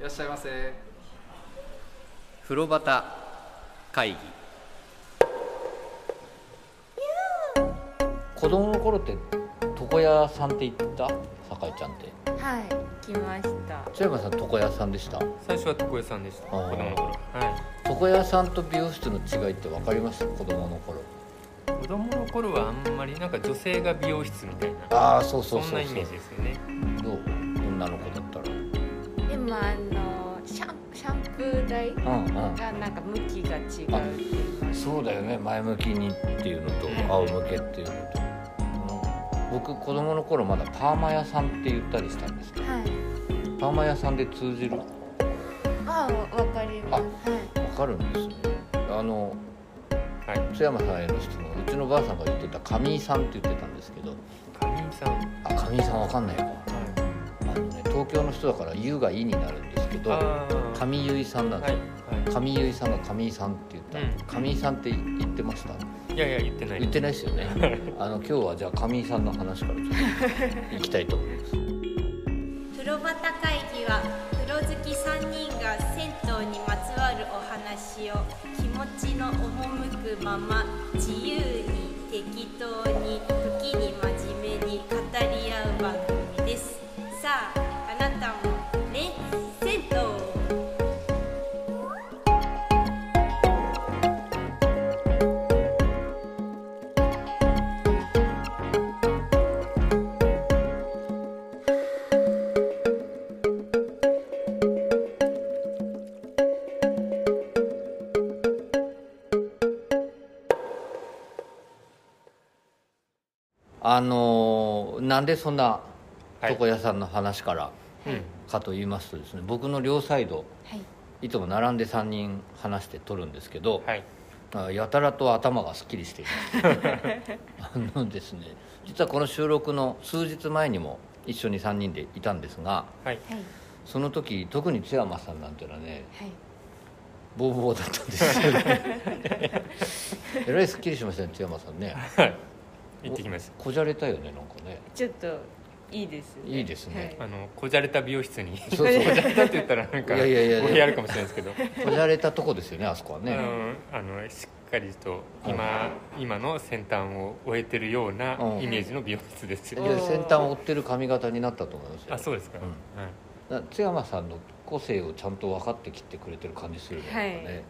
らっしゃいませ風呂端会議子供の頃って床屋さんって言った酒井ちゃんってはい、来ました。津山さん床屋さんでした最初は床屋さんでしたあー子供の頃はい床屋さんと美容室の違いって分かります子供の頃子供の頃はあんまりなんか女性が美容室みたいなああそうそそうそうんなイそメーうジですよねどう女の子だったでもあのシャンシャンプー台らうんうんがなんか向きが違うっていうか。そうだよね前向きにっていうのとうん仰向けっていうのと、うん僕子供の頃まだパーマ屋さんって言ったりしたんですけどはい。パーマ屋さんで通じるわああ、わかります。はい。かるんですねあのはい津山さんへの質問うちのばあさんが言ってた上井さんって言ってたんですけど神井さんはあ上井さんわかんないかいあのね東京の人だから「ゆ」が「い」になるんですけどあー上結衣さんなんではすよ、上い結衣さんが上井さんって言った、うん上井さんって言ってましたはいいやいや言ってない言ってないですよね あの今日はじゃあ上井さんの話からちょっといきたいと思います風呂端会議は風呂好き3人が銭湯にまつわるお話を気持ちの赴くまま自由に適当に時に真面目に語り合う番組ですさああなたもね銭湯をあのーなんでそんなはい床屋さんの話からうんかと言いますとですね、僕の両サイドはい。いつも並んで3人話して撮るんですけど、はいあやたらと頭がすっきりしていますあのですね実はこの収録の数日前にも一緒に3人でいたんですがはいはい。その時特に津山さんなんていうのはねはい。ボーボーだったんですよねえらいすっきりしましたね津山さんね行ってきましこじゃれたよねなんかねちょっといいです、ね。いいですねたあのこじゃれた美容室 にそうそうこじゃれたって言ったらなんかいやいやいや語弊あるかもしれないですけどこじゃれたとこですよねあそこはあね、のあのしっかりと今今の先端を終えてるようなうんイメージの美容室ですいやよ先端を追ってる髪型になったと思いますよあそうですかうんはいだから津山さんの個性をちゃんと分かってきてくれてる感じするね、はいなんかねうん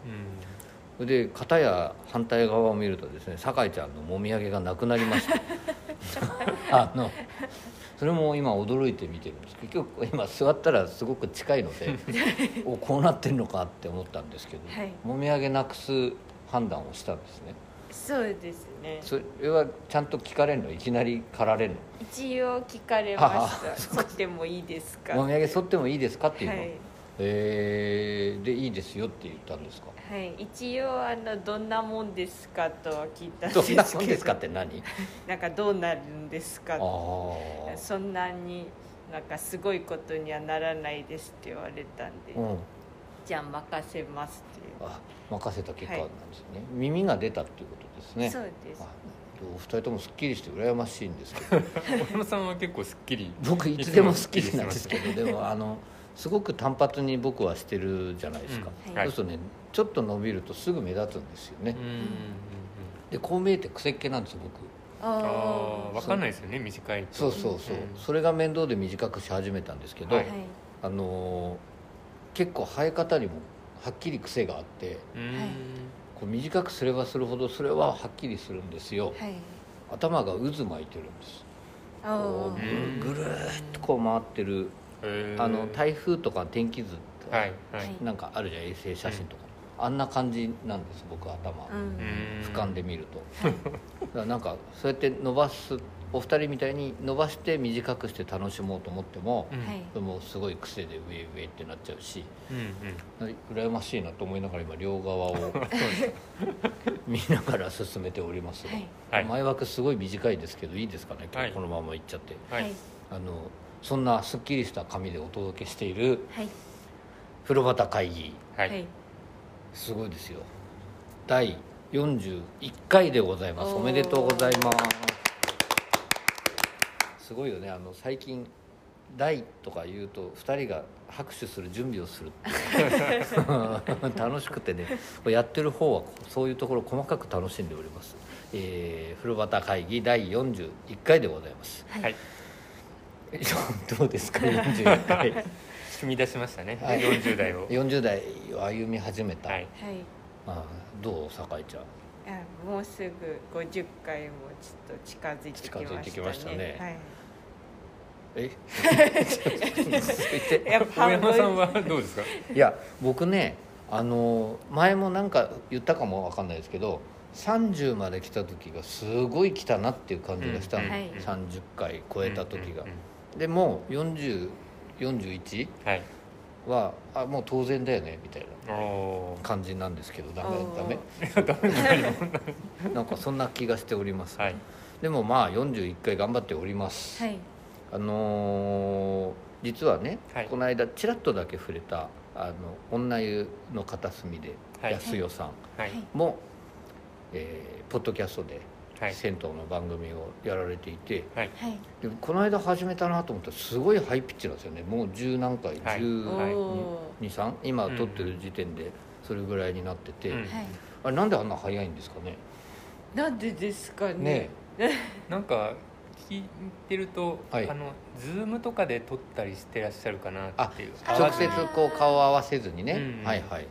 それで片や反対側を見るとですね酒井ちゃんのもみあげがなくなりました あのそれも今驚いて見てるんです結局今座ったらすごく近いの でおこうなってるのかって思ったんですけど、はいもみあげなくす判断をしたんですねそうですね。それはちゃんと聞かれるのいきなり狩られる一応聞かれましあた。 そってもいいですか。のもはみあげ剃ってもいいですかってい。いうの、えーでいいですよって言ったんですかはい、一応あのどんなもんですかとは聞いたんですどけんどなもんですかって 何なんかどうなるんですかああそんなになんかすごいことにはならないですって言われたんで、うんじゃあ任せますっていう、あ任せた結果なはんいですね、耳が出たっていうことですねそうですあお二人ともすっきりして羨ましいんですけど小野さんは結構すっきり僕いつでもすっきりなんですけどでもあのすごく単発に僕はしてるじゃないですか、うんはいそうするとねちょっと伸びるとすぐ目立つんですよね、うんうんうんでこう見えて癖っ気なんですよ僕ああ分かんないですよね短いとそうそうそう、うんそれが面倒で短くし始めたんですけど、はいはいあのー結構生え方にもはっきり癖があってうんはいこう短くすればするほどそれははっきりするんですよ、はい頭が渦巻いてるんですおこーううんぐるぐるーっとこう回ってるへーあの台風とか天気図とかはいはいいなんかあるじゃん衛星写真とかあんな感じなんです僕頭うんうん俯瞰で見るとだからなんかそうやって伸ばすお二人みたいに伸ばして短くして楽しもうと思ってもうんはいもうすごい癖で上上ってなっちゃうしうんうん羨ましいなと思いながら今両側 を見ながら進めておりますはいはい前枠すごい短いですけどいいですかね今は日いこのままいっちゃって。はいあのそんなすっきりした紙でお届けしているはい風呂端会議ははいいすごいですよ第41回でございますおおーめでとうございますすごいよねあの最近大とか言うと2人が拍手する準備をする楽しくて ねやってる方はそういうところ細かく楽しんでおります、えー、風呂端会議第41回でございますはい、どうですか41回踏み出しましたね、はい40代を40代を歩み始めた、はいはいあーどう酒井ちゃんあもうすぐ50回もちょっと近づいてきましたね近づいてきましたねはいえ 続いてやっぱ大半山分さんはどうですかいや僕ねあの前もなんか言ったかもわかんないですけど30まで来た時がすごい来たなっていう感じがしたの、うんはい30回超えた時が、うんうんでもう4041うんはいはあもう当然だよねみたいなおお感じなんですけどダメおーダメなんかそんな気がしております、ーはいでもまあ41回頑張っております、はいあのー実はね、はいこの間ちらっとだけ触れたあの女湯の片隅ではい安代さんはいも、えーポッドキャストではい銭湯の番組をやられていて、はいでこの間始めたなと思ったらすごいハイピッチなんですよねもう十何回、はいお十はいー二三今撮ってる時点でそれぐらいになってて、うんはいあれなんであんな早いんですかねなんでですかねねなんか聞いてると、はいあのズームとかで撮ったりしてらっしゃるかなっていうえ直接こう顔を合わせずにね、うんはいはい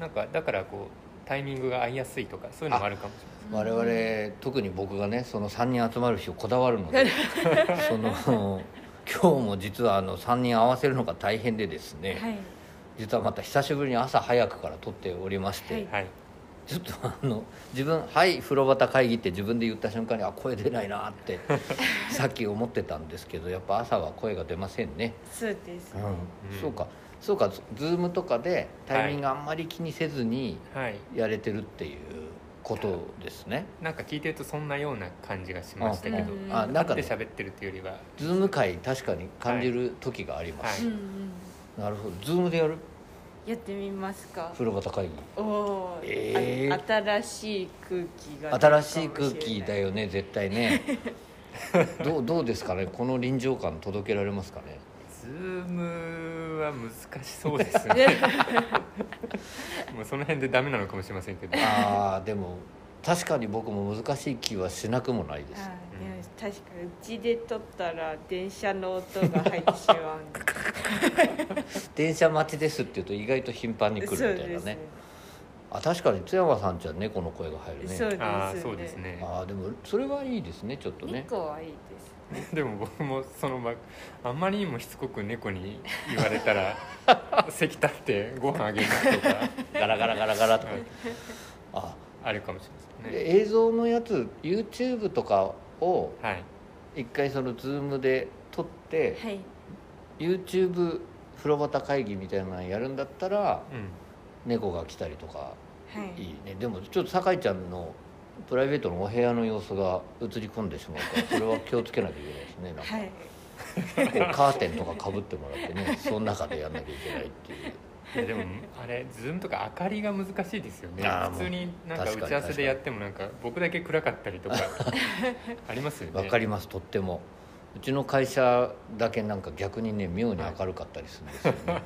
なんかだからこうタイミングが合いやすいとかそういうのもあるかもし我々特に僕がねその3人集まる日をこだわるの でその今日も実はあの3人合わせるのが大変でですね、はい実はまた久しぶりに朝早くから撮っておりまして、はれない、はい、ちょっとあの自分「はい風呂端会議」って自分で言った瞬間にあ声出ないなって さっき思ってたんですけどやっぱ朝は声が出ませんね、そうですね、うんそうかそうかズズームとかでタイミングあんまり気にせずにはい、やれてるっていうことですね、なんか聞いてるとそんなような感じがしましたけど、うんあなんかでね喋ってるっていうよりはズーム会確かに感じる時があります、うんはうんなるほどズームでやるやってみますか風呂端会議おおえーー、あ新しい空気が新しい空気だ よよね絶対ねどうどうですかねこの臨場感届けられますかねズームは難しそうです ねもうその辺でダメなのかもしれませんけどああでも確かに僕も難しい気はしなくもないであすーでも確かにうちで撮ったら電車の音が入ってしまうんで電車待ちですって言うと意外と頻繁に来るみ そうたいでなすねあ確かに津山さんちは猫の声が入るねそうですああそうですねねああでもそれはいいですねちょっとね猫はいいですでも僕もそのまあんまりにもしつこく猫に言われた ら席立ってご飯あげますとかガラガラガラガラとかうんああるかもしれないですねで映像のやつ YouTube とかをはい一回その Zoom で撮ってはい YouTube 風呂端会議みたいなのやるんだったらうん猫が来たりとかはいいいねでもちょっと酒井ちゃんのプライベートのお部屋の様子が映り込んでしまうからそれは気をつけなきゃいけないですねなんかはいこうカーテンとかかぶってもらってねその中でやんなきゃいけないっていういやでもあれズームとか明かりが難しいですよねあーもう普通になんか確か打にち合わせでやってもなんか僕だけ暗かったりとかありますよねわかりますとってもうちの会社だけなんか逆にね妙に明るかったりするんですよね、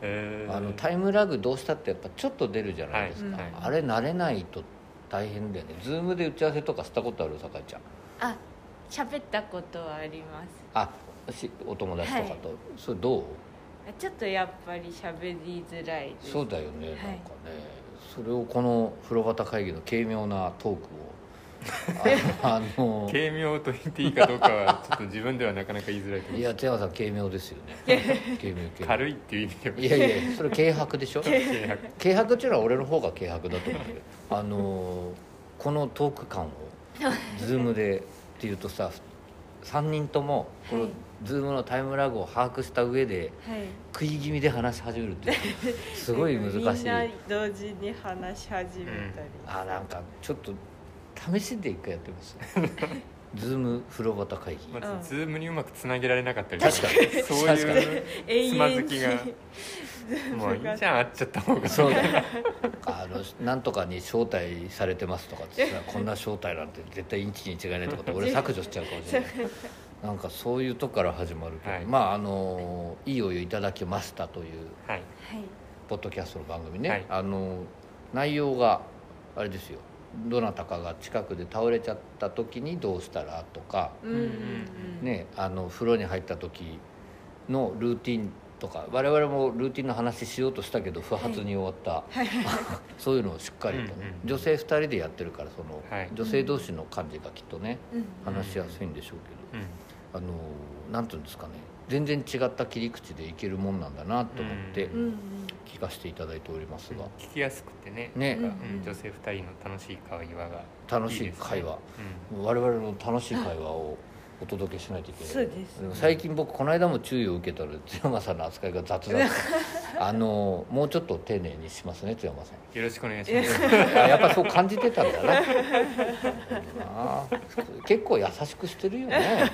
えーあのタイムラグどうしたってやっぱちょっと出るじゃないですか、はいはいあれ慣れないと大変だよねズームで打ち合わせとかしたことある酒井ちゃんあ喋ったことはありますあしお友達とかと、それどうちょっとやっぱり喋りづらいですそうだよね、いなんかねそれをこの風呂端会議の軽妙なトークをああの軽妙と言っていいかどうかはちょっと自分ではなかなか言いづらいとい思うや津山さん軽妙ですよね軽妙 軽軽いっていう意味ではいやいやそれ軽薄でしょ軽薄っていうのは俺の方が軽薄だと思うけどあのこのトーク感をズームでっていうとさ3人ともこのズームのタイムラグを把握した上ではい食い気味で話し始めるってすごい難しみんいな同時に話し始めたり、あなんかちょっと試しで一回やってます ズーム風呂端会議まうんずズームにうまくつなげられなかったりとか確そう確かいうつま ずきがもういいじゃん会っちゃった方がそうだよあのなんとかに招待され てますとかってさこんな招待なんて絶対インチに違いないとかって俺削除しちゃうかもしれないなんかそういうとこから始まるけど、はいまああの「いいお湯いただきました」というはいポッドキャストの番組ね、はいあの内容があれですよどなたかが近くで倒れちゃった時にどうしたらとか、うんうんうんね、あの風呂に入った時のルーティンとか我々もルーティンの話しようとしたけど不発に終わった、 そういうのをしっかりとね、うんうん女性2人でやってるからその、はい女性同士の感じがきっとねうん話しやすいんでしょうけど。うんあのなんていうんですかね全然違った切り口でいけるもんなんだなと思ってううん聞かせていただいておりますが、聞きやすくてねねなんかうんうん女性2人の楽しい会話が楽しい会話我々の楽しい会話をお届けしないといけないそうですも最近僕この間も注意を受けたら津山さんの扱いが雑だった あのもうちょっと丁寧にしますね津山さんうんよろしくお願いしますあやっぱそう感じてたんだななるほどな結構優しくしてるよね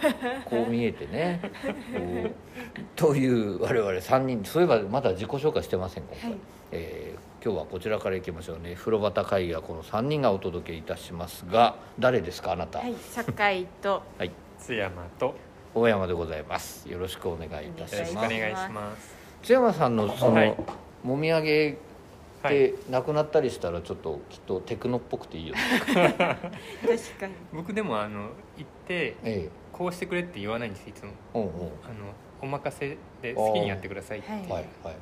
こう見えてねこうという我々3人そういえばまだ自己紹介してません今回、はいえー今日はこちらからいきましょうね風呂旗会議はこの3人がお届けいたしますが誰ですかあなた、はい、酒井とはい津山と大山でございますよろしくお願いいたよろししくおま願すいします津山さんのその、はいもみあげっはいてなくなったりしたらちょっときっとテクノっぽくていいよね、確かに僕でもあの行ってええこうしてくれって言わないんですいつもうんうんあのお任せで好きにやってくださいっていうあーはいはい、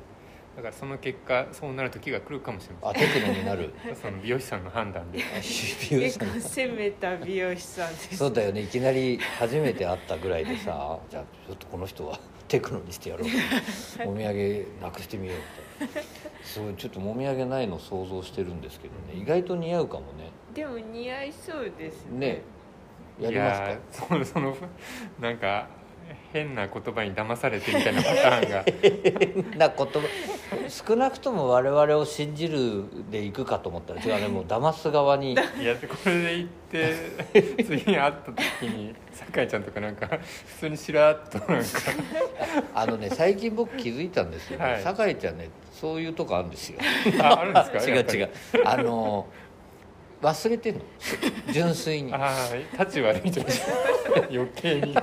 だからその結果そうなる時が来るかもしれまあテクノになるせんその美容師さんの判断で CPU 結さん構攻めた美容師さんですそうだよねいきなり初めて会ったぐらいでさじゃあちょっとこの人は テクノにしてやろうお土産なくしてみようってすごいちょっともみあげないの想像してるんですけどね意外と似合うかもねでも似合いそうですねねやりますかすかそのそのなんか変な言葉に騙されてみたいなパターン がな言葉少なくとも我々を信じるでいくかと思ったら違うねもう騙す側 にいやこれで行 って次に会った時に酒井ちゃんとかなんか普通にしらっとなんか あのね最近僕気づいたんですけど、はい酒井ちゃんねそういうとこあるんですよああるんですか 違やうっぱり違うあの忘れ てんの純粋にああ立ち悪いじゃないですか 余計に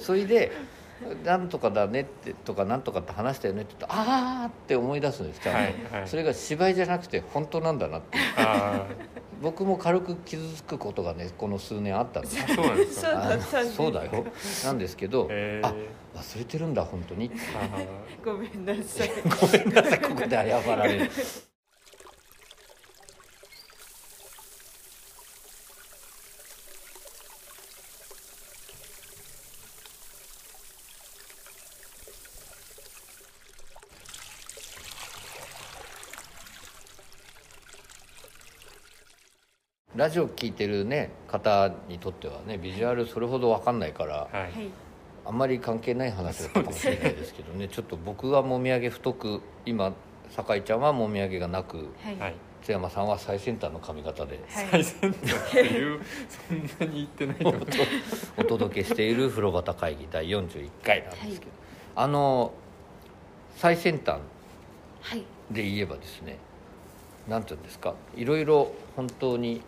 それで「なんとかだね」ってとか「なんとかって話したよね」って言うと「ああ」って思い出すんですちゃんと、はいはいそれが芝居じゃなくて本当なんだなってあ僕も軽く傷つくことがねこの数年あったんですあそうなんですそうかあだったんでのすそうだよなんですけど、えあ忘れてるんだ本当に ってああ ごめんなさいごめんなさいここで謝られるラジオ聞いてるね方にとってはねビジュアルそれほど分かんないからはいはいあんまり関係ない話だったかもしれないですけどねちょっと僕はもみあげ太く今酒井ちゃんはもみあげがなくはいははいい津山さんは最先端の髪型で最先端っていうそんなに言ってないと思うお届けしている風呂旗会議第41回なんですけど、あの最先端はいで言えばですね何て言うんですかいろいろ本当に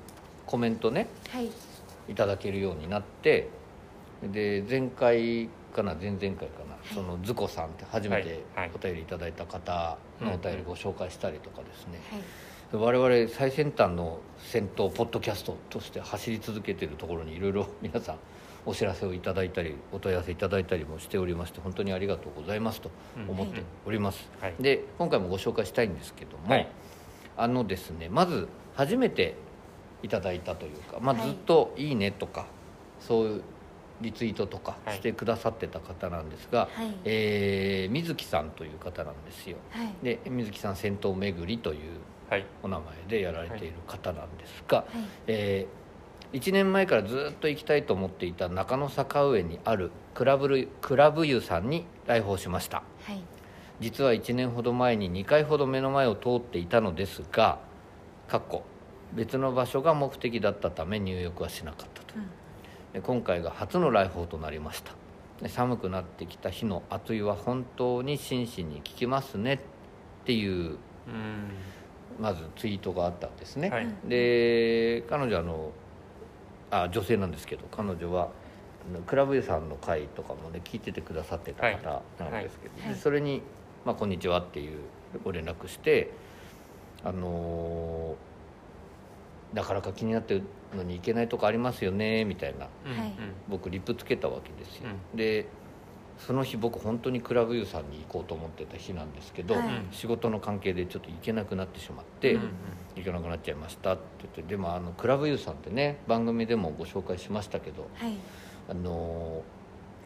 コメントねはいいただけるようになってで前回かな前々回かなそのズコさんって初めてはいはいお便りいただいた方のお便りご紹介したりとかですね、はい我々最先端の戦闘ポッドキャストとして走り続けているところにいろいろ 皆さんお知らせをいただいたりお問い合わせいただいたりもしておりまして本当にありがとうございますと思っております、うんはいで今回もご紹介したいんですけども、はいあのですねまず初めていただいたというか、まあ、はいずっと「いいね」とか、そういうリツイートとかはいしてくださってた方なんですが、はいえー水木さんという方なんですよはいで水木さん戦闘巡りというはいお名前でやられている方なんですが、はいえ1年前からずっと行きたいと思っていた中野坂上にあるクラブルクラブ湯さんに来訪しましたはい実は1年ほど前に2回ほど目の前を通っていたのですがかっこ別の場所が目的だったため入浴はしなかったと、で今回が初の来訪となりましたで寒くなってきた日の暑いは本当に真摯に効きますねっていううんまずツイートがあったんですね、はいで彼女はあのあ女性なんですけど彼女はあのクラブユーさんの会とかもね聞いててくださってた方なんですけど、はいはいでそれに、まあ「こんにちは」っていうご連絡してあのーなかなか気になってるのに行けないとこありますよねみたいなうんはい僕リプつけたわけですよ、でその日僕本当にクラブユーさんに行こうと思ってた日なんですけど、はい仕事の関係でちょっと行けなくなってしまって、うんうん行けなくなっちゃいましたって言ってでもあのクラブユーさんってね番組でもご紹介しましたけどはいあのー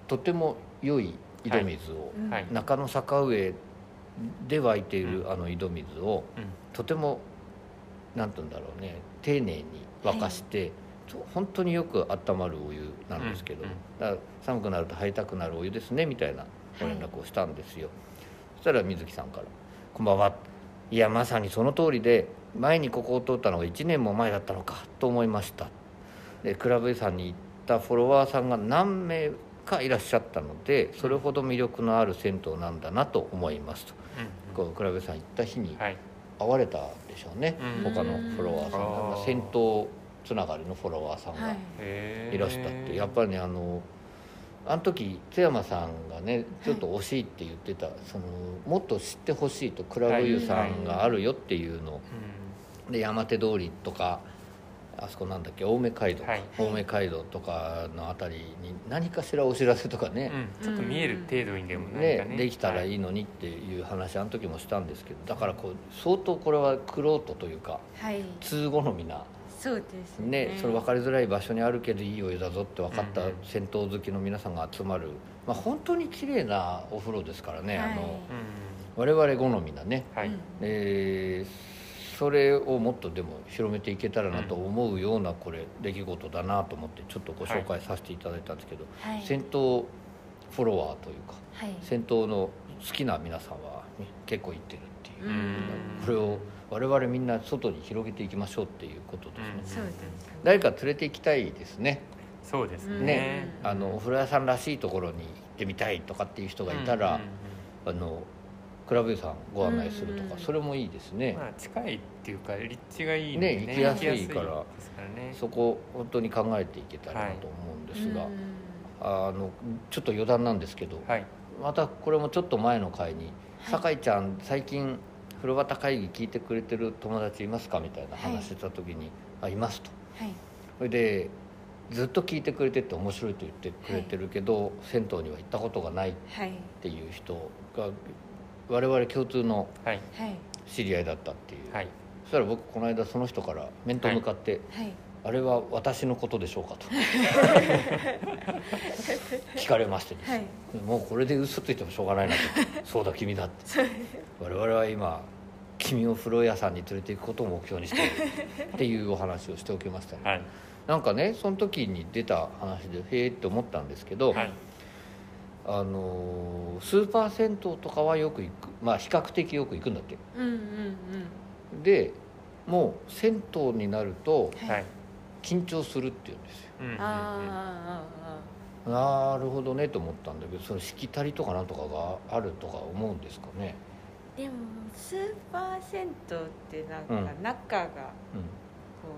とても良い井戸水を、うんはい中野坂上で湧いているあの井戸水を、うんとてもなんて言うんだろうね丁寧に沸かして、と本当によく温まるお湯なんですけど、うんうんだから寒くなると入りたくなるお湯ですねみたいなご連絡をしたんですよ、そしたら水木さんから「こんばんは」いやまさにその通りで前にここを通ったのが1年も前だったのかと思いましたでクラブさんに行ったフォロワーさんが何名かいらっしゃったのでそれほど魅力のある銭湯なんだなと思いますと、うんこうクラブさん行った日にはい会われたでしょうね、うん他のフォロワーさんが、うんまあ銭湯つながりのフォロワーさんはがいへーいらしたって、やっぱりねあのあの時津山さんがねちょっと惜しいって言ってた、そのもっと知ってほしいとクラブユーさんがあるよっていうのをで山手通りとかあそこなんだっけ青梅街道、はい青梅街道とかのあたりに何かしらお知らせとかうんうね,、んちょっと見える程度にでも何かねねできたらはいいのにっていう話あの時もしたんですけどだからこう相当これは玄人というかはい通好みな、そうですねねそれ分かりづらい場所にあるけどいいお湯だぞって分かったうんうん銭湯好きの皆さんが集まる、まあ、本当に綺麗なお風呂ですからね、あのうん我々好みなね、はいえーそれをもっとでも広めていけたらなと思うようなこれ出来事だなと思ってちょっとご紹介させていただいたんですけど、はいはい銭湯フォロワーというかはい銭湯の好きな皆さんはね結構行ってるっていう、うんこれを我々みんな外に広げていきましょうっていうことですね、うんそうです誰か連れて行きたいですねそうですねねうんあのお風呂屋さんらしいところに行ってみたいとかっていう人がいたら、うんうんうんあのクラブさんご案内するとか、うんそれもいいですね、まあ近いっていうか立地がいいのねでね行きやすいから行きやすいですからねそこ本当に考えていけたらなと思うんですが、うんあのちょっと余談なんですけど、はいまたこれもちょっと前の回に「はい酒井ちゃん最近風呂旗会議聞いてくれてる友達いますか?」みたいな話してた時に「あいます」と。はいそれでずっと聞いてくれてて面白いと言ってくれてるけど、銭湯には行ったことがないっはいていう人が我々共通のはいはい知り合いだったっていう、はいそしたら僕この間その人から面と向かって、はいあれは私のことでしょうかと聞かれましてですはね、いもうこれで嘘ついてもしょうがないなとそうだ君だって我々は今君を風呂屋さんに連れて行くことを目標にしているっていうお話をしておきましたね、はいなんかねその時に出た話でへえって思ったんですけど、はいあのースーパー銭湯とかはよく行くまあ比較的よく行くんだってうんうんでもう銭湯になるとはいはい緊張するっていうんですようんうんううんんあなるほどねと思ったんだけどそのしきたりとかなんとかがあるとか思うんですかね、でもスーパー銭湯ってなんかう中がこうう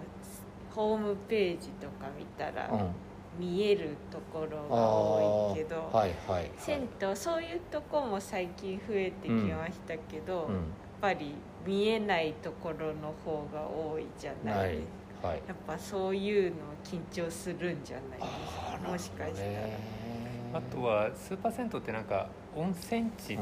ホームページとか見たんうらん、見えるところあが多いけど、ーはいはいはい銭湯そういうとこも最近増えてきましたけど、うやっんぱり見えないところの方が多いじゃなないいですか、はいやっぱそういうの緊張するんじゃないですかもしかしたら、あとはスーパー銭湯ってなんか温泉地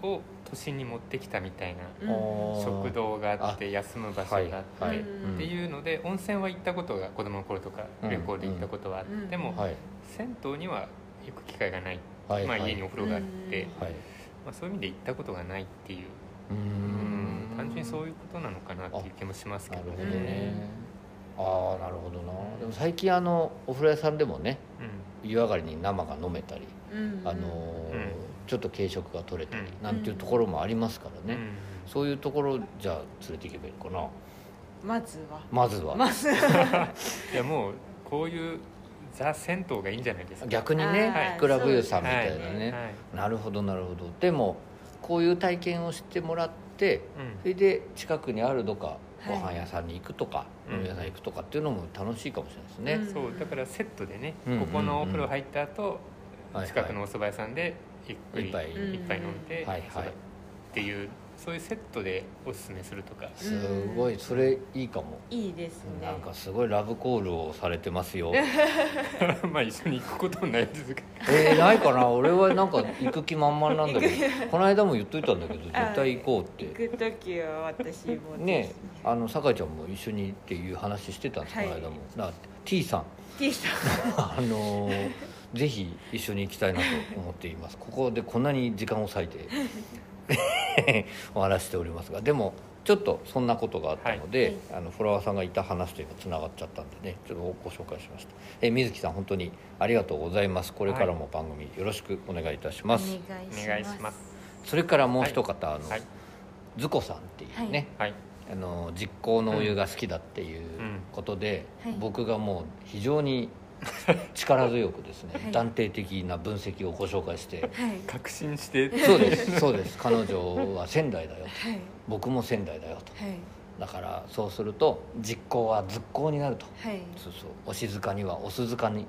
を都心に持ってきたみたいなうんあー食堂があって休む場所があはっいてうんっていうので温泉は行ったことが子供の頃とかうん旅行で行ったことはあってうんもはい銭湯には行く機会がない、はいまあ、はい家にお風呂があって、うんはいまあ、そういう意味で行ったことがないっていう、うーうんん単純にそうういうことなのかなっていう気もしますけなどるほどね。ねああなるほどなでも最近あのお風呂屋さんでもね湯上がりに生が飲めたり、うんあのーうんちょっと軽食が取れたり、うんなんていうところもありますからうんね、そういうところじゃあ連れていけばいいのかなまずはまずは、まずうんいやもうこういうザ銭湯がいいんじゃないですか。逆にね、はいクラブユーさんみたいなはね、はいなるほどなるほどでもこういう体験をしてもらってうんそれで近くにあるどかはごい飯屋さんに行くとか、うん飲み屋さんに行くとかっていうのも楽しいかもしれないですね、うんそうだからセットでね、うんここのお風呂入った後、はいはい近くのお蕎麦屋さんでゆっくり一杯うん一杯飲んで、はいそはうだいっていうそういうセットでおすすめするとかすごいそれいいかも、いいですねなんかすごいラブコールをされてますよ まあ一緒に行くことにないんですけえー、ないかな俺はなんか行く気満々なんだけどこの間も言っといたんだけど絶あ対行こうって行く時は私もですねあの酒井ちゃんも一緒にっていう話してたんですこはいの間も、だから T さん T さんあのーぜひ一緒に行きたいなと思っていますここでこんなに時間を割い てお話しておりますがでもちょっとそんなことがあったので、あのフォロワーさんがいた話というかつながっちゃったんでねちょっとご紹介しましたえ水木さん本当にありがとうございますこれからも番組よろしくお願いいたします、どお願いしますそれからもう一方、あの、はいズコさんっていうね、はいあの実行のお湯が好きだっていうことで、うんはい僕がもう非常 に力強くですね、はい断定的な分析をご紹介してはい確信してそうですそうです彼女は仙台だよはい僕も仙台だよとはいだからそうすると実行は実行になるとはいそうそうお静かにはお鈴鹿に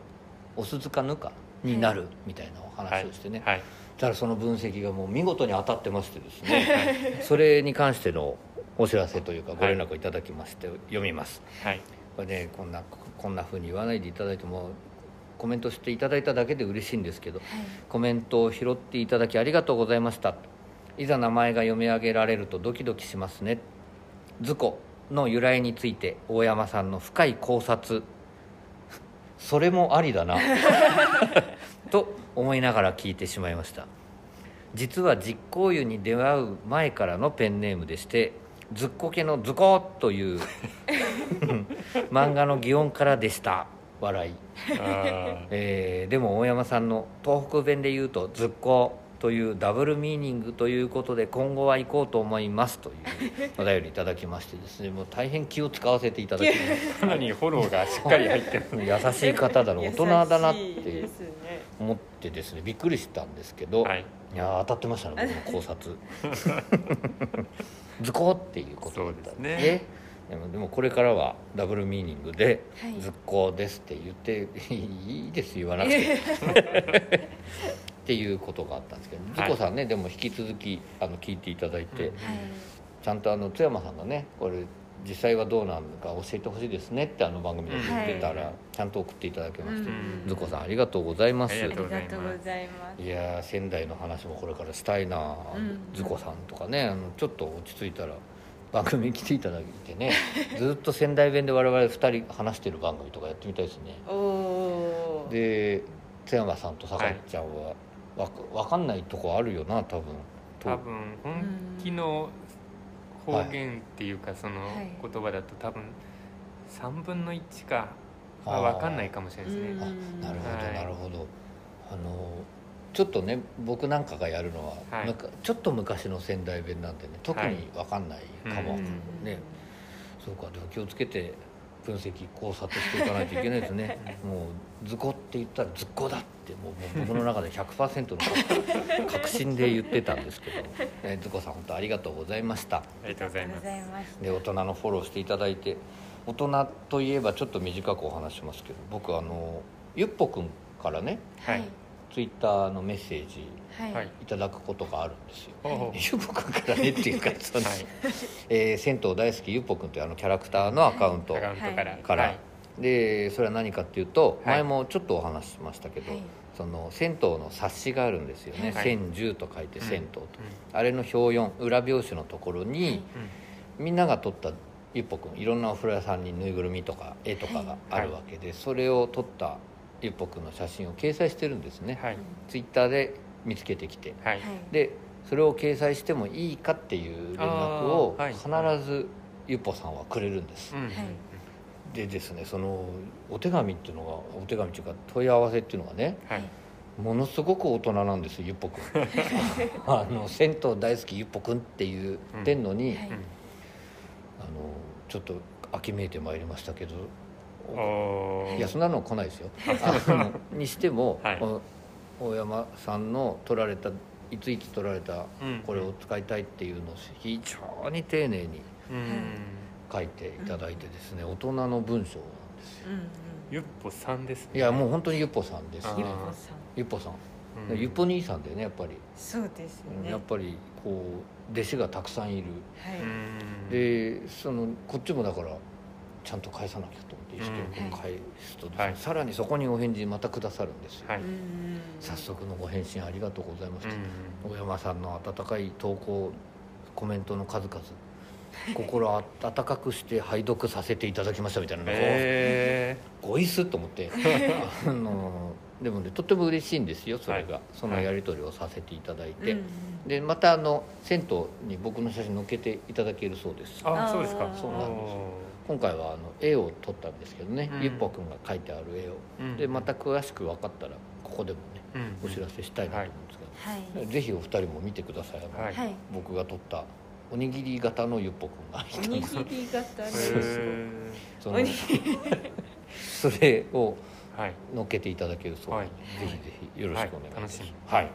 お鈴鹿ぬかになるみたいなお話をしてね、はいだからその分析がもう見事に当たってましてです ね、それに関してのお知らせというかご連絡をいただきまして読みます、はいこれねこんなこんな風に言わないでいただいてもコメントしていただいただけで嬉しいんですけどコメントを拾っていただきありがとうございましたいざ名前が読み上げられるとドキドキしますねズコの由来について大山さんの深い考察それもありだな と思いながら聞いてしまいました実は実行湯に出会う前からのペンネームでしてずっこけのズコという 漫画の擬音からでした笑いあえーでも大山さんの東北弁で言うと「ずっこというダブルミーニングということで今後は行こうと思いますというお便りいただきましてですねもう大変気を使わせていただきま ーかなりフォローがしっかり入ってますすもう優しい方だな大人だなっ優しいでてすね思ってですねびっくりしたんですけど、、はいいやー当たってましたね僕の考 察ずこっていうことだったんそ うですねでもでもこれからはダブルミーニングではい「ずっこです」って言って「いいです」言わなくて っていうことがあったんですけど、いズコさんねでも引き続きあの聞いていただいて、うんはちゃんとあの津山さんがねこれ実際はどうなのか教えてほしいですねってあの番組で言ってたら、はいちゃんと送っていただけまして、んズコさんありがとうございますありあがりとうがございますとうございますいやー仙台の話もこれからしたいな、うんズコさんとかねあのちょっと落ち着いたら番組に来ていただいて ねずっと仙台弁で我々2人話してる番組とかやってみたいですねおおーで津山さんと酒井ちゃんは、わかわかんないとこあるよな多分と多分本気の方言っていうかそのはい言葉だと多分3分の1かあはー分かんないかもしれないですうんねあなるほど、はいなるほどあのちょっとね僕なんかがやるのは、はいむかちょっと昔の仙台弁なんでね特はいにわかんないかも、うんねそうかでも気をつけて分析考察していかないといけないですね もう「ズコ」って言ったら「ズッコだ」ってもうもう僕の中で100%の確確信で言ってたんです けど、えーズコさん本当ありがとうございましたありがとうございますいますで大人のフォローしていただいて大人といえばちょっと短くお話しますけど僕あのゆっぽくんからねはいツイッターのメッセージはいはいいただくことがあるんですよほうほうゆっぽくんからねっていうかその、 はいえー銭湯大好きゆっぽくんというあのキャラクターのアカウントアカウントからから、はいでそれは何かっていうと、はい前もちょっとお話ししましたけど、はいその銭湯の冊子があるんですよね「はい千住」と書いて「銭湯と」うんあれの表四裏表紙のところに、うんみんなが撮ったゆっぽくんいろんなお風呂屋さんにぬいぐるみとか絵とかがあるわけで、それを撮ったゆっぽくんの写真を掲載してるんですね、はいツイッターで見つけてきてはいでそれを掲載してもいいかっていう連絡をあ必ーはいずゆっぽさんはくれるんです、うんでですねそのお手紙っていうのがお手紙っていうか問い合わせっていうのがねはいものすごく大人なんですゆっ ぽくんあの銭湯大好きゆっぽくんって言ってんのに、はいあのちょっと秋めいてまいりましたけどうんおーいやそんなの来ないですよあのにしても、 はいお大山さんの取られたいついつ取られたうんこれを使いたいっていうのを非常に丁寧にうん書いていただいてですね、大人の文章なんですようんうんゆっぽさんですねいやもう本当にゆっぽさんですあーゆっこさんゆっぽさん、うんゆっぽ兄さんだよねやっぱり、そうですねやはっぱりこう弟子がたくさんいる、い、うんでそのこっちもだからちゃんと返さなきゃと思って一生懸うん命返すとですね、はいさらにそこにお返事またくださるんですよ、はい、ううんん早速のご返信ありがとうございました、小山さんの温かい投稿コメントの数 々心温かくして拝読させていただきましたみたいなのが、 えごいすと思って あのでもねとっても嬉しいんですよそれが、そのやり取りをさせていただいて、うんうんでまたあの銭湯に僕の写真載っけていただけるそうですー、あそうですあかーそうなんですよ今回はあの絵を撮ったんですけどね、うんゆっぽくんが描いてある絵を、うんでまた詳しく分かったらここでもねうんお知らせしたいなと思うんですけど、はいぜひお二人も見てください、あのはい、はい僕が撮ったおにぎり型のゆっぽくんがおにぎり型へのー そおのにぎり それをはい乗っけていただけるそうで、はいぜひぜひよろしくお願いします、はい楽しみはい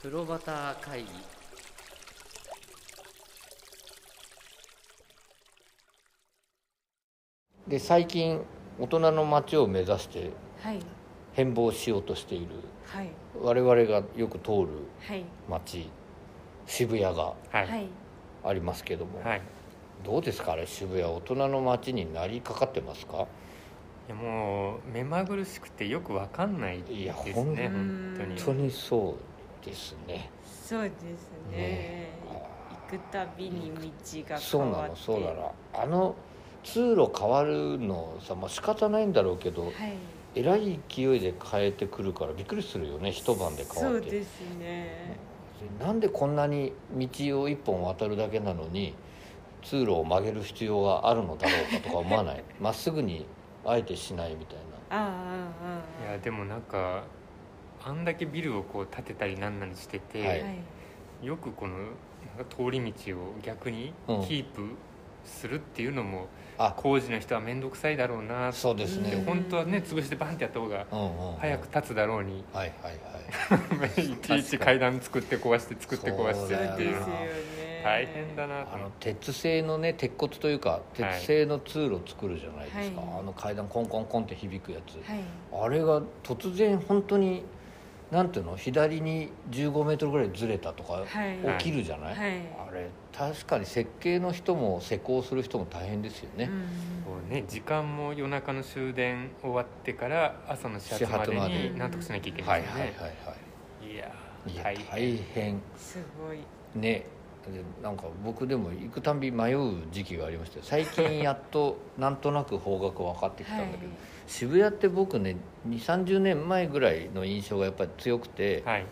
黒バタ会議で最近大人の街を目指してはい変貌しようとしているはい我々がよく通るはい街渋谷がはいはいありますけども、はいいどうですかあれ渋谷大人の街になりかかってますかやもう目まぐるしくてよくわかんないですねいや本ほん当に本当にそうですねそうですねね行くたびに道がそう変なわっのてそうなのあの通路変わるのさまあ仕方ないんだろうけど、はいえらい勢いで変えてくるからびっくりするよね一晩で変わっそうてですねなんでこんなに道を一本渡るだけなのに通路を曲げる必要があるのだろうかとか思わ ないまっすぐにあえてしないみたいああいあやでもなんかあんだけビルをこう建てたりなんなりしてて、はあああいはいよくこのなんか通り道を逆にうんキープするっていうのも、なあ工事の人は面倒くさいだろうなってそうですね、本当はね潰してバンってやった方がうんうんうん早く立つだろうにはいはいはい いちいち階段作って壊して作って壊してそっうてでいすうよそうだよね大変だなとあ思っのて鉄製のね鉄骨というか鉄製の通路作るじゃないですか、はいあの階段コンコンコンって響くやつ、はいあれが突然本当になんていうの左に1 5ルぐらいずれたとかはい起きるじゃない、はいあれ確かに設計の人も施工する人も大変ですよねう、んこうね時間も夜中の終電終わってから朝の始発まで始発までになんとかしなきゃいけなはいいではすいよはいねいやはいいや大ー大変変すごいねでなんか僕でも行くたんび迷う時期がありましたよ最近やっとなんとなく方角分かってきたんだけ ど、渋谷って僕ね2 3 0年前ぐらいの印象がやっぱり強くて、はい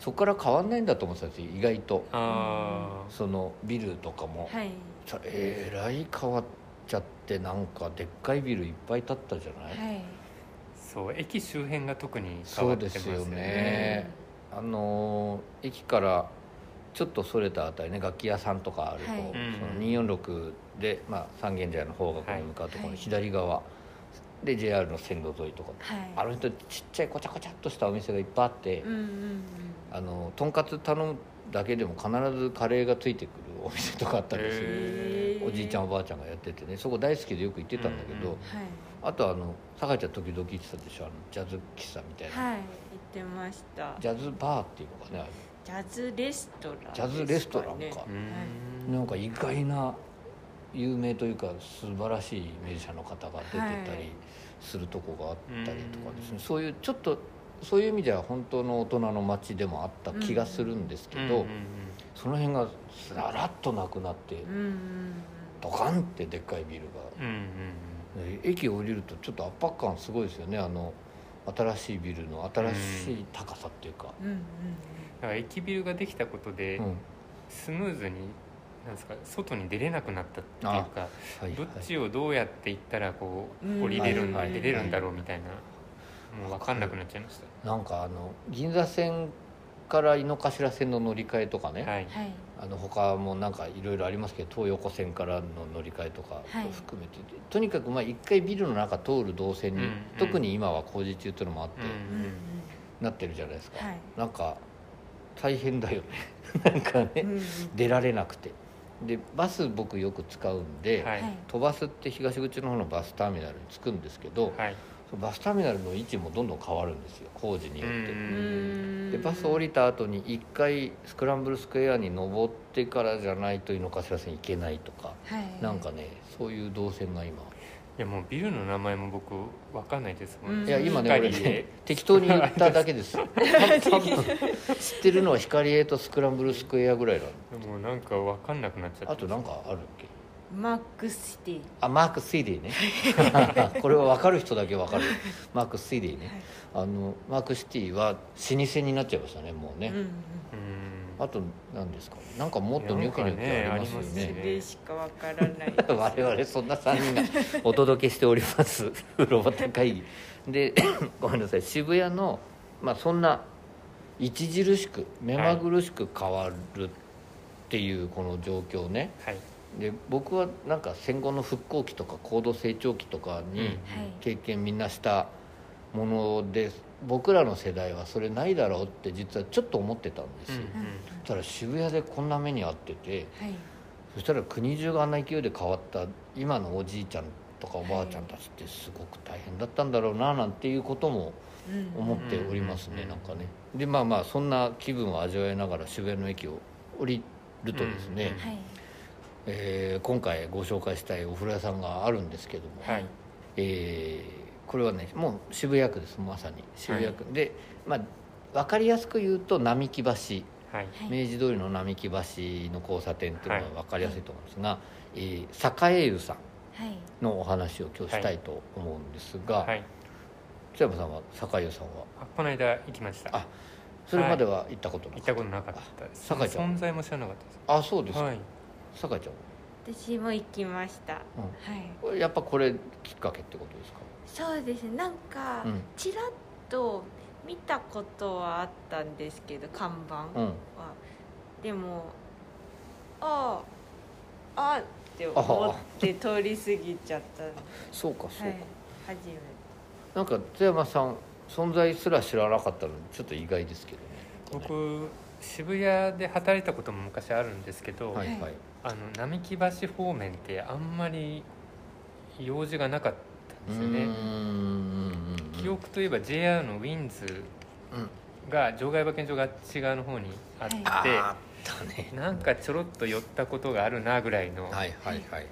そこから変わんないんだと思ってたんですよ意外とあそのビルとかも、はいさえらい変わっちゃってなんかでっかいビルいっぱい建ったじゃない、はいーそう駅周辺が特に変そわうってでますすよよねね、あのー駅からちょっとそれたあたりね楽器屋さんとかある方、はいその246で、まあ、三軒茶屋の方角に向かうところはいの左側、で JR の線路沿いとか、はいあの人ちっちゃいこちゃこちゃっとしたお店がいっぱいあって、うんうんうんあのとんかつ頼むだけでも必ずカレーがついてくるお店とかあったりする、へおじいちゃんおはばあちゃんがやっててねそこ大好きでよく行ってたんだけど、うんいあとあの酒井ちゃん時々行ってたでしょあのジャズ喫茶みたいな、はい行ってましたジャズバーっていうのかねあれジャズレストランですねジャズレストランか、うーんなんか意外な有名というか素晴らしいミュージシャンの方が出てたはいりするとこがあったりとかですね、うんそういうちょっとそういう意味では本当の大人の街でもあった気がするんですけど、うんうんその辺がすららっとなくなって、うんうんうんドカンってでっかいビルうんうんが、で駅降りるとちょっと圧迫感すごいですよねあの新しいビルの新しい高さっていうか、うんうんうんだから駅ビルができたことで、うんスムーズになんですか外に出れなくなったっていうかはいどっはいちをどうやって行ったらこうんう降りれるんだ、はい出れるんだろうみたいな、もう分かんなくなっちゃいましたなんかあの銀座線から井の頭線の乗り換えとかね、はいはいあの他もなんかいろいろありますけど東横線からの乗り換えとかはい含めて、とにかくまあ一回ビルの中通る動線に、うんうん特に今は工事中っていうのもあって、うんうんうんなってるじゃないですか、はいなんか大変だよね なんかね、うん出られなくてでバス僕よく使うんで、はいはい飛ばすって東口の方のバスターミナルに着くんですけど、はいそのバスターミナルの位置もどんどん変わるんですよ工事にようっんて。うんでバス降りた後に1回スクランブルスクエアに登ってからじゃないと井の頭線行けないとかはいなんかねそういう動線が今、いやもうビルの名前も僕わかんないですもん、うんいや今ね光俺栄ね適当に言っただけ ですよ多分知ってるのは光栄とスクランブルスクエアぐらいなのもうなんかわかんなくなっちゃったあとなんかあるっけマックスシティあマーク・スイデ ィねこれは分かる人だけ分かるマーク・スイディねあのマーク・シティは老舗になっちゃいましたねもうね、うんうんうんあと何ですかなんかもっとニョキニョキありますよなんかねねそれしかわからない 我々そんな3人がお届けしており ます「風呂端会議」で ごめんなさい渋谷の、まあ、そんな著しく目まぐるしく変わるっていうこの状況ねはいで僕はなんか戦後の復興期とか高度成長期とかうんにはい経験みんなしたもので僕らの世代はそれないだろうって実はちょっと思ってたんですよ。うんそしたら渋谷でこんな目に遭ってて。はいそしたら国中があんな勢いで変わった今のおじいちゃんとかおばあちゃんたちってすごく大変だったんだろうななんていうことも思っておりますね、うんなんかねでまあまあそんな気分を味わいながら渋谷の駅を降りるとですね、うんはいえー今回ご紹介したいお風呂屋さんがあるんですけども、はいえーこれはねもう渋谷区ですまさに渋谷区、で、まあ、分かりやすく言うと並木橋はいはい明治通りの並木橋の交差点っていうのは分かりやすいと思うんですが、えー栄湯さんはいのお話を今日したいと思うんですが、はい津山さんは栄湯さんはあこの間行きましたあそれまでは行ったことな行いったことなかったです酒井ちゃん存在も知らなかったですあそうですか、はい酒井ち私も行きましたはいゃんはやっぱこれきっかけってことですか、そうですねなんかうんちらっと見たことはあったんですけど看板は、うん、でもああああって思って通り過ぎちゃったそうかそうか、はい初めてなんか津山さん存在すら知らなかったのでちょっと意外ですけどね僕渋谷で働いたことも昔あるんですけど、はいはい、あの並木橋方面ってあんまり用事がなかったんですようーんねうん記憶といえば JR のウィンズうんが場外馬券場があっち側の方にあって、はあったねなんかちょろっと寄ったことがあるなぐらいのはいはいはい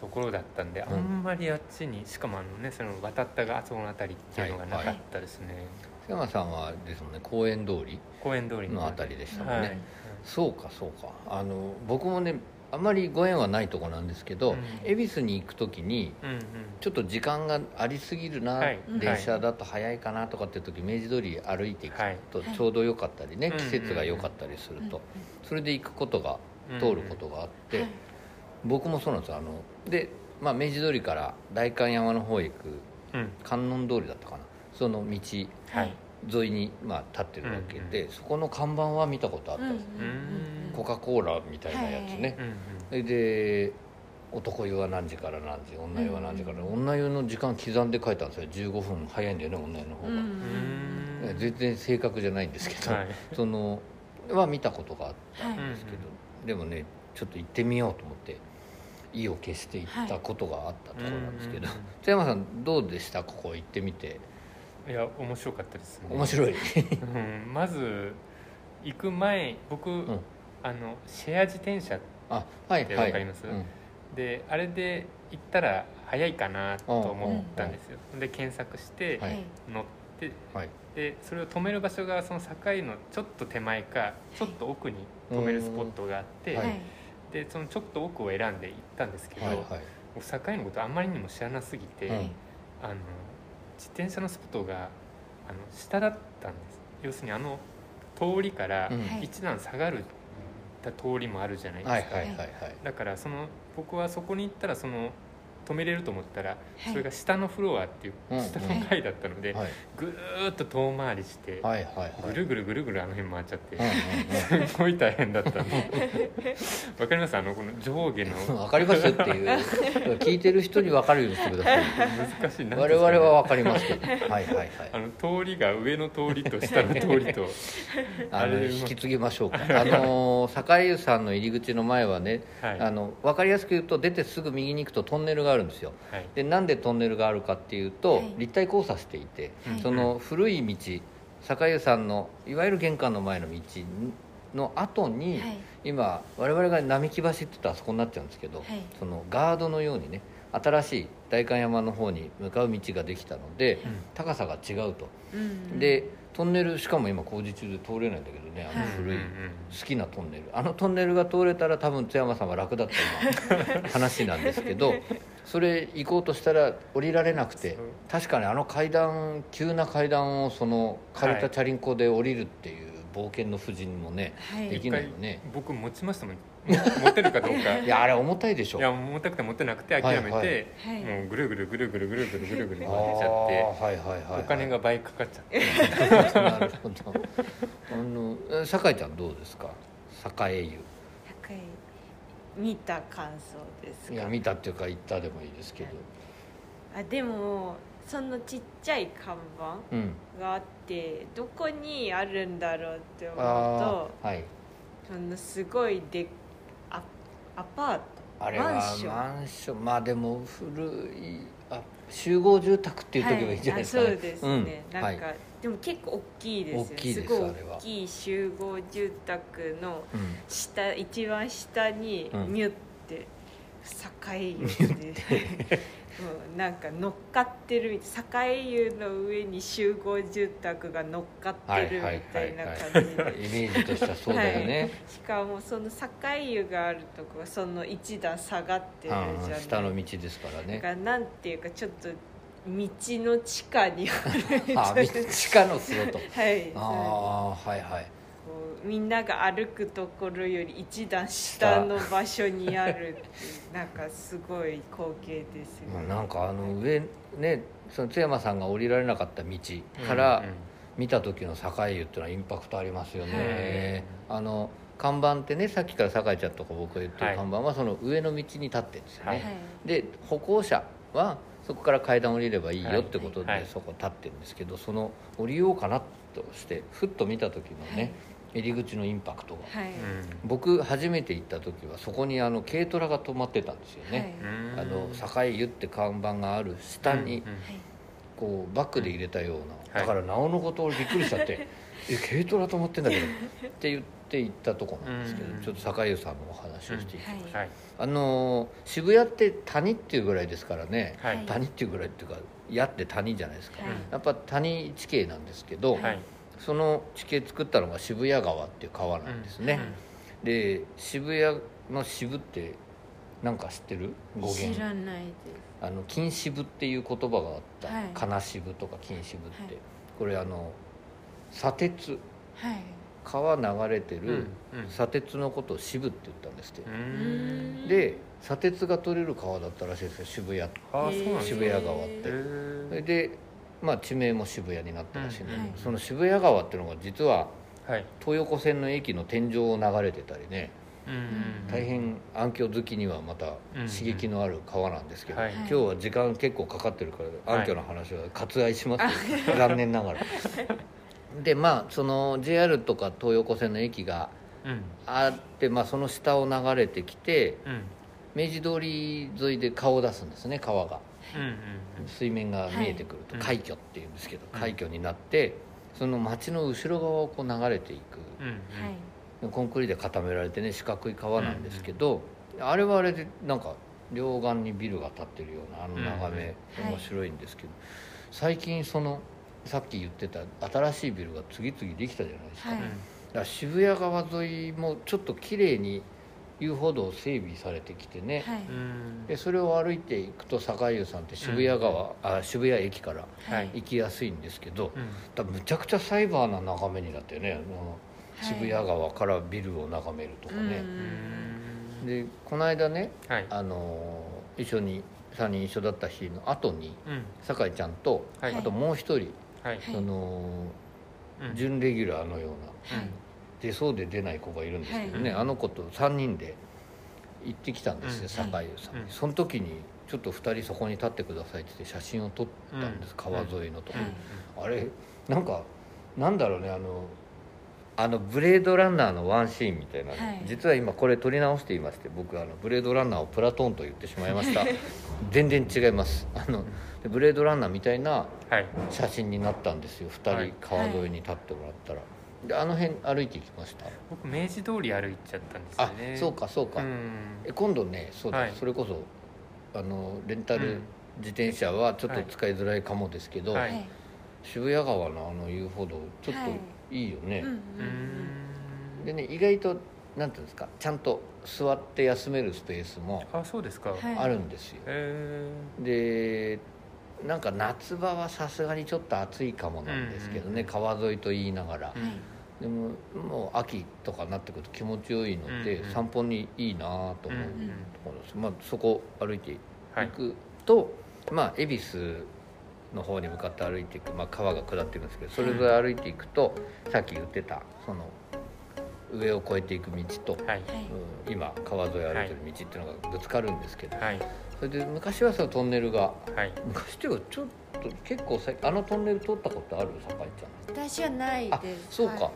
ところだったんで、うんあんまりあっちにしかもあのねその渡ったがあそこの辺りっていうのがなかったですね、津山さんはあれですもんね公園通り公園通りのあたりりでしたもんね、はい、そうかそうかあの僕もねあまりご縁はないとこなんですけど、うん恵比寿に行く時にうんうんちょっと時間がありすぎるな、はい電車だと早いかなとかっていう時明治通り歩いていくとはいちょうど良かったりね、はい季節が良かったりすると、それで行くことがうん通ることがあって、はい僕もそうなんですよあので、まあ、明治通りから代官山の方へ行くうん観音通りだったかなその道はい沿いに、まあ、立ってるわけで、そこの看板は見たことあっうたんうんんです、うんコカ・コーラみたいなやつねう、んうんそれで男湯は何時から何時女湯は何時から、女湯の時間刻んで書いたんですよ15分早いんだよね女湯の方が、うえん全然正確じゃないんですけど、はいそのは見たことがあっはいたんですけど、うんでもねちょっと行ってみようと思って意を決して行ったことがあったところなんですけど、うん津山さんどうでしたここ行ってみていや面白かったですね面白いうんまず行く前僕、んあのシェア自転車あはいではいわかりますうんであれで行ったら早いかなと思ったんですよ、で検索してはい乗って、はいでそれを止める場所がその境のちょっと手前かちょっと奥に止めるスポットがあって、はいでそのちょっと奥を選んで行ったんですけど、はいもはいう境のことあんまりにも知らなすぎて、うんあの自転車のスポットがあの下だったんです要するにあの通りからうんはい一段下がるた通りもあるじゃないですか、はいはいはいはいだからその僕はそこに行ったらその止めれると思ったら、それが下のフロアっていううん下の階だったので、はいぐーっと遠回りして、はいはいはぐいるぐるぐるぐるあの辺回っちゃって、うんすごい大変だったの わかりますあのこの上下のうんうん、分かりますっていう聞いてる人に分かるようにしてください難しいなん我ていうんですかね々は分かりますけどはいはいはいあの通りが上の通りと下の通りとああのれ引き継ぎましょうかあの坂井湯さんの入り口の前はね、はいあの分かりやすく言うと出てすぐ右に行くとトンネルがあるんですよはいでなんでトンネルがあるかっていうと、はい立体交差していて、はいその古い道坂湯さんのいわゆる玄関の前の道の後に、はい今我々が並木橋って言ったらあそこになっちゃうんですけど、はいそのガードのようにね新しい代官山の方に向かう道ができたので、うん高さが違うと、うんでトンネルしかも今工事中で通れないんだけどねあのはい古い、うん好きなトンネルあのトンネルが通れたら多分津山さんは楽だった ような話なんですけどそれ行こうとしたら降りられなくてそう確かにあの階段急な階段をその枯れたチャリンコで降りるっていう冒険の夫人もね、はいできないよねうん僕持ちましたもんも持ってるかどうかい、いやあれ重たいでしょや重たくて持ってなくて諦めて、はいはいはいもうぐるぐるぐるぐるぐるぐるぐるぐるあー回っちゃってはいはいはいはいお金が倍かかっちゃってなるほどあのえ酒井ちゃんどうですか酒井高い見た感想です湯いやか見たっていうか行ったでもいいですけどあでもそのちっちゃい看板うんがあってどこにあるんだろうって思うあとあはいそのすごいでアアパートあれはママンンシションョンまあでも古いあ集合住宅っていう時はいいんじゃないですか、はあそうですね、うんなんか、はでも結構大きいですよ大きいですすごいあれは大きい集合住宅のうん下一番下にうんミュって境湯で、うん、なんか乗っかってるみたい境湯の上に集合住宅が乗っかってるみたいな感じで。イメージとしてはそうだよね、しかもその境湯があるとこはその一段下がってるうんじゃない下の道ですからだねからなんていうかちょっと道の地下にあるみあた道いな地下のス ロットはいこああはいはいうみんなが歩くところより一段下の場所にあるっていうなんかすごい光景ですまあよねなんかあの上ねその津山さんが降りられなかった道からうんうん見た時の境湯っていうのはインパクトありますよね、あの看板ってねさっきから酒井ちゃんとか僕が言ってはるい看板はその上の道に立ってるんですよね、はいで歩行者はそこから階段降りればいいよってことで、はいはいそこ立ってるんですけどその降りようかなとしてふっと見た時のね、入り口のインパクトが、はい僕初めて行った時はそこにあの軽トラが止まってたんですよね、うんうんあの「栄湯」って看板がある下にうんうんこうバッグで入れたような、はいだからなおのこと俺びっくりしちゃ って「え軽トラ止まってんだけど」って言って行ったとこなんですけど、うんちょっと栄湯さんのお話をしていい、はいはいあのー渋谷って谷っていうぐらいですからね、はいはい谷っていうぐらいっていうか矢って谷じゃないですか、はいやっぱ谷地形なんですけど、はいその地形作ったのが渋谷川っていう川なんですね、で渋谷の渋ってなんか知ってる語知源らないであの金渋っていう言葉があった、はい金渋とか金渋って、はいこれあの砂鉄すはい川流れてうんるうん砂鉄のことを渋って言ったんですってう、うんんで砂鉄が取れる川だったらしいですよ渋谷ってああそうなんです渋か谷川ってへそれーで、まあ、地名も渋谷になったらしいんだけど、うんはいその渋谷川っていうのが実ははい東横線の駅の天井を流れてたりねうんうん大変暗渠好きにはまたうん刺激のある川なんですけど、はい今日は時間結構かかってるから暗渠の話は割愛しますよ、残念なが ら。でまあその JR とか東横線の駅がうんあって、まあ、その下を流れてきてうん明治通り沿いで顔を出すんですね川が。うんうん水面が見えてくるとはい海峡っていうんですけどうん海峡になってその町の後ろ側をこう流れていうんうんはいくコンクリで固められてね四角い川なんですけどあれはあれでなんか両岸にビルが建ってるようなあの眺めうんはい面白いんですけど最近そのさっき言ってた新しいビルが次々できたじゃないですかはだいから渋谷川沿いもちょっと綺麗に遊歩道整備されてきてねはいうんうんでそれを歩いていくと坂湯さんって渋谷川あ渋谷駅からはい行きやすいんですけどうんだむちゃくちゃサイバーな眺めになってよね、あのはい渋谷川からビルを眺めるとかうね、うんんでこの間ねはいあのー一緒に3人一緒だった日の後にうん酒井ちゃんと、はいあともう一人、はいはいそのうん準レギュラーのようなはい出そうで出ない子がいるんですけどね、はいあの子と3人で行ってきたんですうよん酒井さんに、うんその時にちょっと2人そこに立ってくださいって言って写真を撮ったんです、うん川沿いのとこうろん、あれなんかなんだろうねあのあのブレードランナーのワンシーンみたいなの、はい実は今これ撮り直していまして僕あのブレードランナーをプラトーンと言ってしまいま した全然違いますあのでブレードランナーみたいなはい写真になったんですよは2い人川沿いに立ってもらったら、であの辺歩いていきました僕明治通り歩いちゃったんですよあねそうかそうか、んえ今度ねそうだ、はいそれこそあのレンタうルん自転車はちょっと使いづらいかもですけど、ははいい渋谷川のあの遊歩道ちょっはいといいよね、うんううんんでね意外となんていうんですかちゃんと座って休めるスペースもあそうですか、はいあるんですよ、えでなんか夏場はさすがにちょっと暑いかもなんですけどね、うん川沿いと言いながらー、う、んはいでももう秋とかになってくると気持ちよいので、うんうん散歩にいいなとう思んううとんころです、まあ、そこ歩いていはいくと、まあ恵比寿の方に向かって歩いていく、まあ、川が下ってるんですけどそれぞれ歩いていくと、さっき言ってたその上を越えていく道と、はいうん今川沿い歩いてる道っていうのがぶつかるんですけど、はいそれで昔はそのトンネルがはい昔っていうかちょっと結構さあのトンネル通ったことある酒井ちゃん私はないあですそうか、はい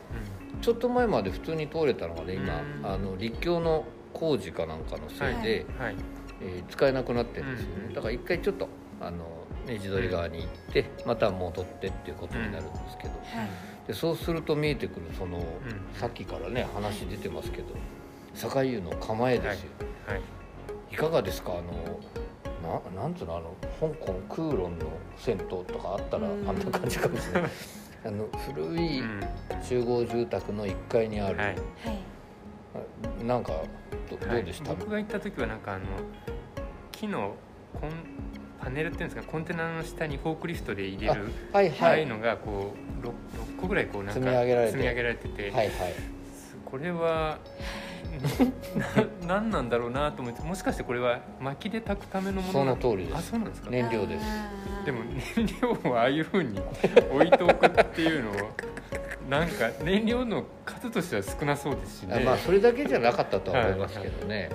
ちょっと前まで普通に通れたのがね今うんあの立教の工事かなんかのせいで、はいうんはいえー使えなくなってるんですよね、うんだから一回ちょっとあの明治通り側に行ってまた戻ってっていうことになるんですけど、はいでそうすると見えてくるその、んさっきからね話出てますけど酒井湯の構えですよ、はいい、かがですかあのななんつうのあの香港クーロンの銭湯とかあったらあうんんな感じかもしれ ないあの古いうん集合住宅の1階にある、はいはいなんかどどはういでした、僕が行った時はなんかあの木のコンパネルっていうんですかコンテナの下にフォークリフトで入れるはいああはいいうのがこう 6, 個ぐらいこうなんか積み上げられて積み上げられてて、はいはいこれはな何なんだろうなと思ってもしかしてこれは薪で炊くためのものそなの通りであすそうなんですか、ね燃料ですあーでも燃料をああいうふうに置いておくっていうのをなんか燃料の数としては少なそうですしあね、まあそれだけじゃなかったとは思いますけどね、